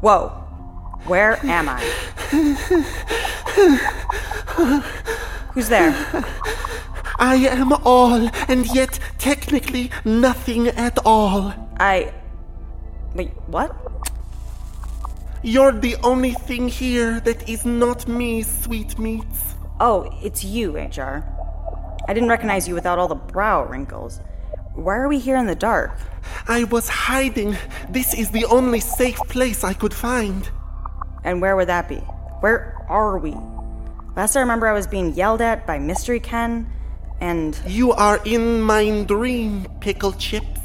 Whoa. Where am I? Who's there? I am all, and yet technically nothing at all. I. Wait, what? You're the only thing here that is not me, sweetmeats. Oh, it's you, HR. I didn't recognize you without all the brow wrinkles. Why are we here in the dark? I was hiding. This is the only safe place I could find. And where would that be? Where are we? Last I remember, I was being yelled at by Mystery Ken, and. You are in my dream, pickle chips.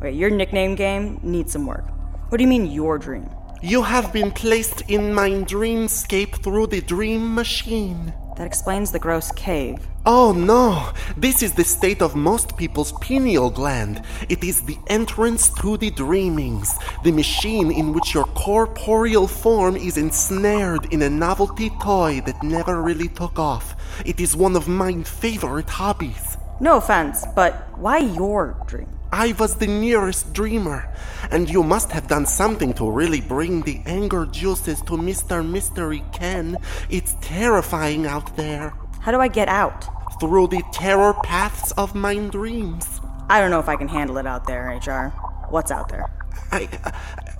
Wait, your nickname game needs some work. What do you mean, your dream? You have been placed in my dreamscape through the dream machine. That explains the gross cave. Oh no! This is the state of most people's pineal gland. It is the entrance to the dreamings, the machine in which your corporeal form is ensnared in a novelty toy that never really took off. It is one of my favorite hobbies. No offense, but why your dream? I was the nearest dreamer, and you must have done something to really bring the anger juices to Mr. Mystery Ken. It's terrifying out there. How do I get out? Through the terror paths of my dreams. I don't know if I can handle it out there, HR. What's out there? I,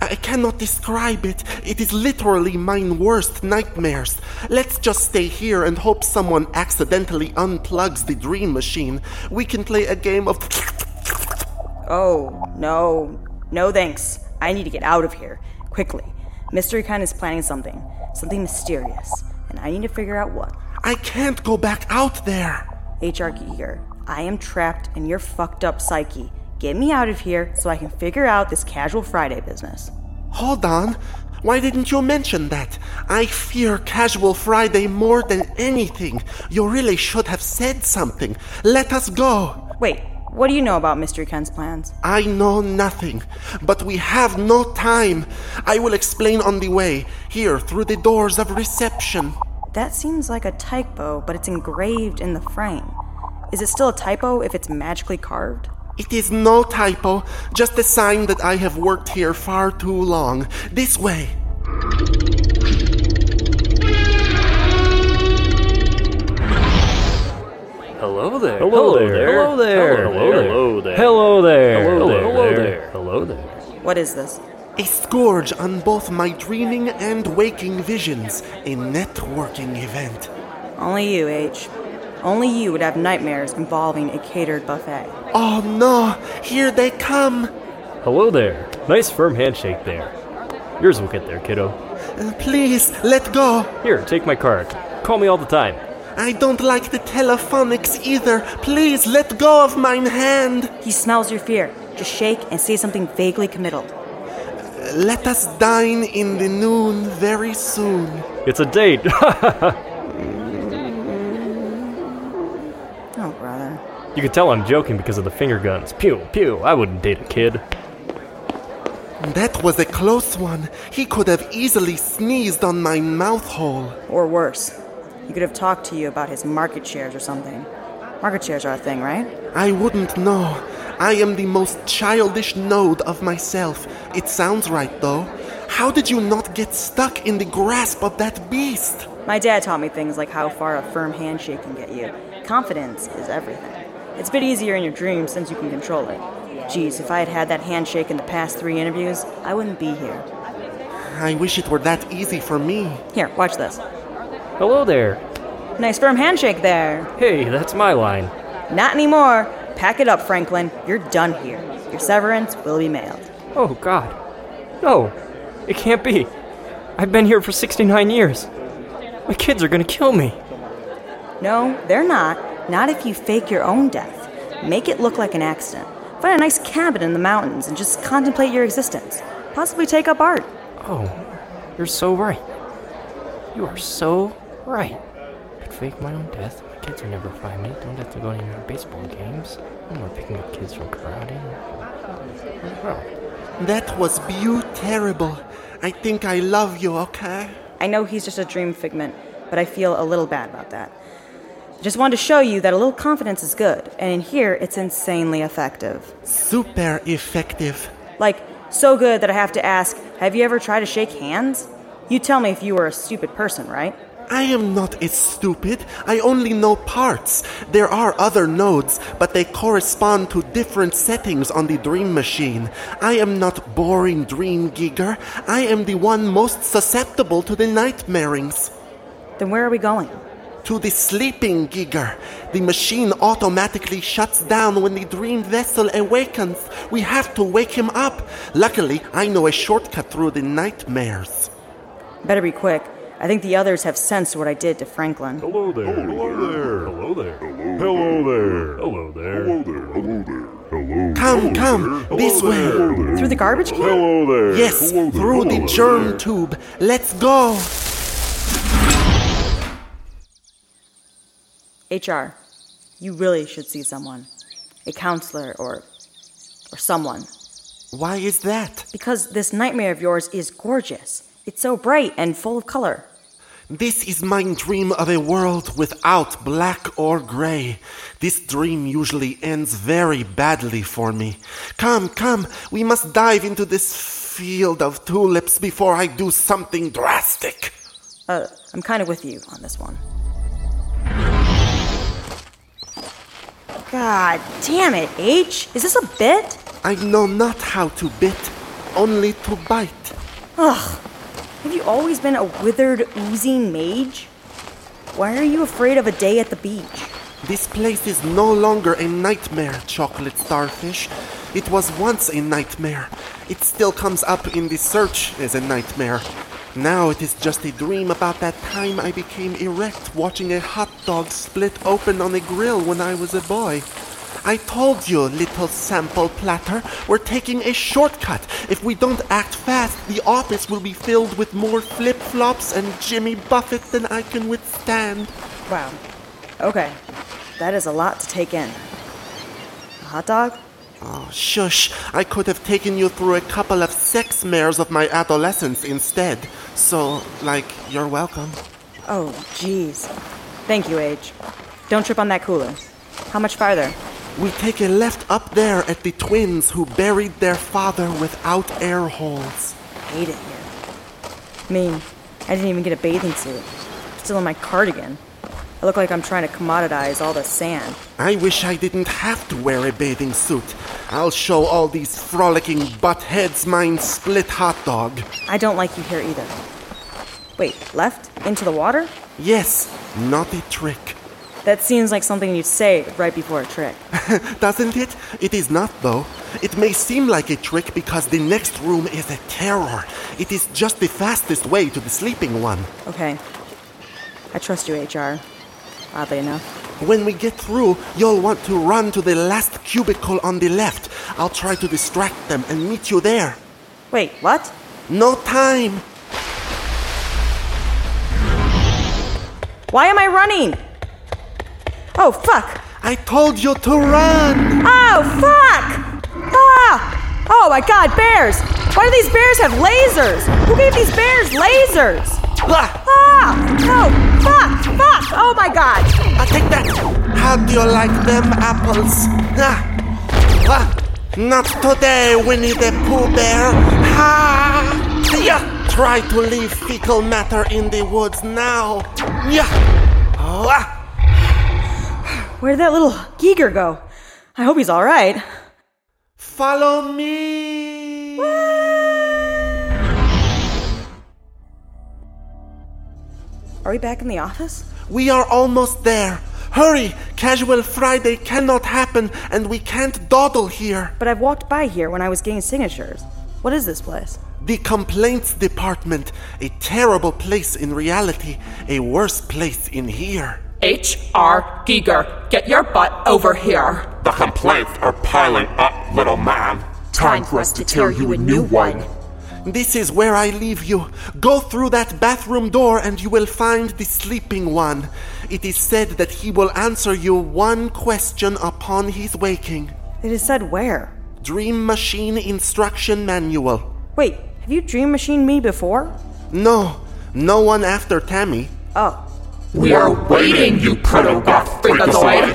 I cannot describe it. It is literally mine worst nightmares. Let's just stay here and hope someone accidentally unplugs the dream machine. We can play a game of. Oh, no. No thanks. I need to get out of here. Quickly. Mystery Con is planning something. Something mysterious. And I need to figure out what. I can't go back out there. HR Geeger, I am trapped in your fucked up psyche. Get me out of here so I can figure out this casual Friday business. Hold on. Why didn't you mention that? I fear Casual Friday more than anything. You really should have said something. Let us go. Wait, what do you know about Mystery Ken's plans? I know nothing, but we have no time. I will explain on the way, here through the doors of reception. That seems like a typo, but it's engraved in the frame. Is it still a typo if it's magically carved? It is no typo, just a sign that I have worked here far too long. This way. Hello there. Hello there. Hello there. Hello there. Hello there. Hello there. Hello there. Hello there. Hello there. What is this? A scourge on both my dreaming and waking visions, a networking event. Only you, H. Only you would have nightmares involving a catered buffet. Oh no, here they come. Hello there. Nice firm handshake there. Yours will get there, kiddo. Uh, Please, let go. Here, take my card. Call me all the time. I don't like the telephonics either. Please let go of mine hand. He smells your fear. Just shake and say something vaguely committal. Let us dine in the noon very soon. It's a date. Oh, brother. you can tell I'm joking because of the finger guns. Pew, pew. I wouldn't date a kid. That was a close one. He could have easily sneezed on my mouth hole. Or worse, he could have talked to you about his market shares or something. Market shares are a thing, right? I wouldn't know. I am the most childish node of myself. It sounds right though. How did you not get stuck in the grasp of that beast? My dad taught me things like how far a firm handshake can get you. Confidence is everything. It's a bit easier in your dreams since you can control it. Geez, if I had had that handshake in the past three interviews, I wouldn't be here. I wish it were that easy for me. Here, watch this. Hello there. Nice firm handshake there. Hey, that's my line. Not anymore. Pack it up, Franklin. You're done here. Your severance will be mailed. Oh, God. No, it can't be. I've been here for 69 years. My kids are gonna kill me. No, they're not. Not if you fake your own death. Make it look like an accident. Find a nice cabin in the mountains and just contemplate your existence. Possibly take up art. Oh, you're so right. You are so right. I'd fake my own death. My kids would never find me. Don't have to go to any more baseball games. No more picking up kids from karate. Well, That was beau terrible. I think I love you, okay? I know he's just a dream figment, but I feel a little bad about that. Just wanted to show you that a little confidence is good, and in here it's insanely effective. Super effective. Like, so good that I have to ask, Have you ever tried to shake hands? You tell me if you are a stupid person, right? I am not as stupid. I only know parts. There are other nodes, but they correspond to different settings on the dream machine. I am not boring dream giger. I am the one most susceptible to the nightmarings. Then where are we going? To the sleeping giger. The machine automatically shuts down when the dream vessel awakens. We have to wake him up. Luckily, I know a shortcut through the nightmares. Better be quick. I think the others have sensed what I did to Franklin. Hello there. Hello there. Hello there. Hello there. Hello there. Hello there. Hello there. Hello. Come, come, this way. Through the garbage can? Hello there. Yes, Hello there. through the Hello germ there. tube. Let's go. HR, you really should see someone. A counselor or or someone. Why is that? Because this nightmare of yours is gorgeous. It's so bright and full of color. This is my dream of a world without black or gray. This dream usually ends very badly for me. Come, come, we must dive into this field of tulips before I do something drastic. Uh, I'm kind of with you on this one. God damn it, H! Is this a bit? I know not how to bit, only to bite. Ugh. Have you always been a withered, oozing mage? Why are you afraid of a day at the beach? This place is no longer a nightmare, chocolate starfish. It was once a nightmare. It still comes up in the search as a nightmare. Now it is just a dream about that time I became erect watching a hot dog split open on a grill when I was a boy. I told you, little sample platter, we're taking a shortcut. If we don't act fast, the office will be filled with more flip flops and Jimmy Buffett than I can withstand. Wow. Okay. That is a lot to take in. A hot dog? Ah, Shush, I could have taken you through a couple of sex mares of my adolescence instead. So, like, you're welcome. Oh, jeez. Thank you, H. Don't trip on that cooler. How much farther? We take a left up there at the twins who buried their father without air holes. Hate it here. Mean, I didn't even get a bathing suit. Still in my cardigan. I look like I'm trying to commoditize all the sand. I wish I didn't have to wear a bathing suit. I'll show all these frolicking buttheads mine split hot dog. I don't like you here either. Wait, left? Into the water? Yes, not a trick. That seems like something you'd say right before a trick. Doesn't it? It is not, though. It may seem like a trick because the next room is a terror. It is just the fastest way to the sleeping one. Okay. I trust you, HR. Oddly enough. When we get through, you'll want to run to the last cubicle on the left. I'll try to distract them and meet you there. Wait, what? No time! Why am I running? Oh, fuck! I told you to run! Oh, fuck! Ah! Oh my god, bears! Why do these bears have lasers? Who gave these bears lasers? Ah, Ah! Oh, fuck! Fuck! Oh my god! I take that! How do you like them apples? Ah, ah, not today, Winnie the Pooh Bear! Ha! Yeah. Try to leave fecal matter in the woods now! Yeah. Oh, ah. Where did that little Giger go? I hope he's alright. Follow me! Are we back in the office? We are almost there. Hurry! Casual Friday cannot happen, and we can't dawdle here. But I've walked by here when I was getting signatures. What is this place? The complaints department, a terrible place in reality, a worse place in here. H.R. Giger, get your butt over here. The complaints are piling up, little man. Time for us to tear you a new one. This is where I leave you. Go through that bathroom door and you will find the sleeping one. It is said that he will answer you one question upon his waking. It is said where? Dream Machine Instruction Manual. Wait, have you dream machined me before? No, no one after Tammy. Oh, We are waiting, you proto-goth freakazoid!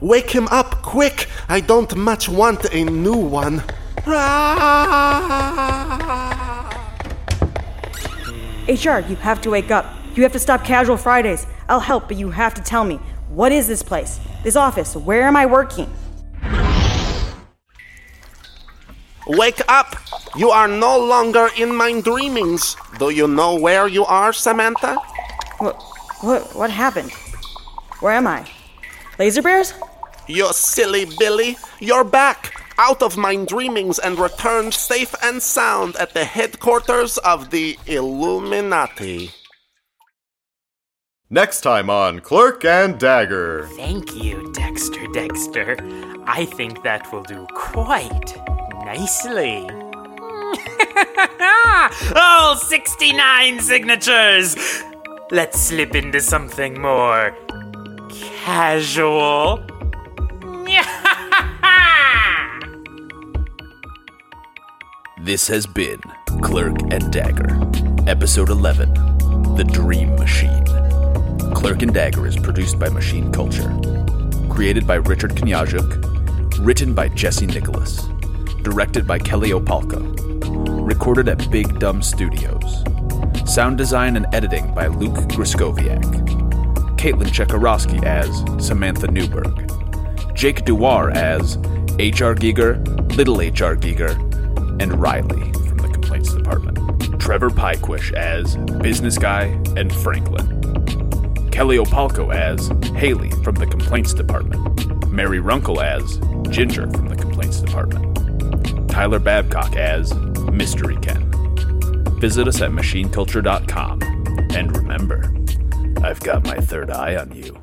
Wake him up quick! I don't much want a new one. Ah! HR, you have to wake up. You have to stop casual Fridays. I'll help, but you have to tell me what is this place? This office? Where am I working? Wake up! You are no longer in my dreamings. Do you know where you are, Samantha? What, what, what happened? Where am I? Laser bears? You silly Billy, you're back! Out of my dreamings and returned safe and sound at the headquarters of the Illuminati. Next time on Clerk and Dagger. Thank you, Dexter Dexter. I think that will do quite nicely. All 69 signatures! Let's slip into something more casual. This has been Clerk and Dagger, Episode 11 The Dream Machine. Clerk and Dagger is produced by Machine Culture. Created by Richard Knyajuk. Written by Jesse Nicholas. Directed by Kelly Opalko. Recorded at Big Dumb Studios. Sound design and editing by Luke Griskoviak. Caitlin Chekorowski as Samantha Newberg. Jake Duar as H.R. Giger, Little H.R. Giger, and Riley from the Complaints Department. Trevor Pikewish as Business Guy and Franklin. Kelly Opalko as Haley from the Complaints Department. Mary Runkle as Ginger from the Complaints Department. Tyler Babcock as Mystery Ken. Visit us at machineculture.com. And remember, I've got my third eye on you.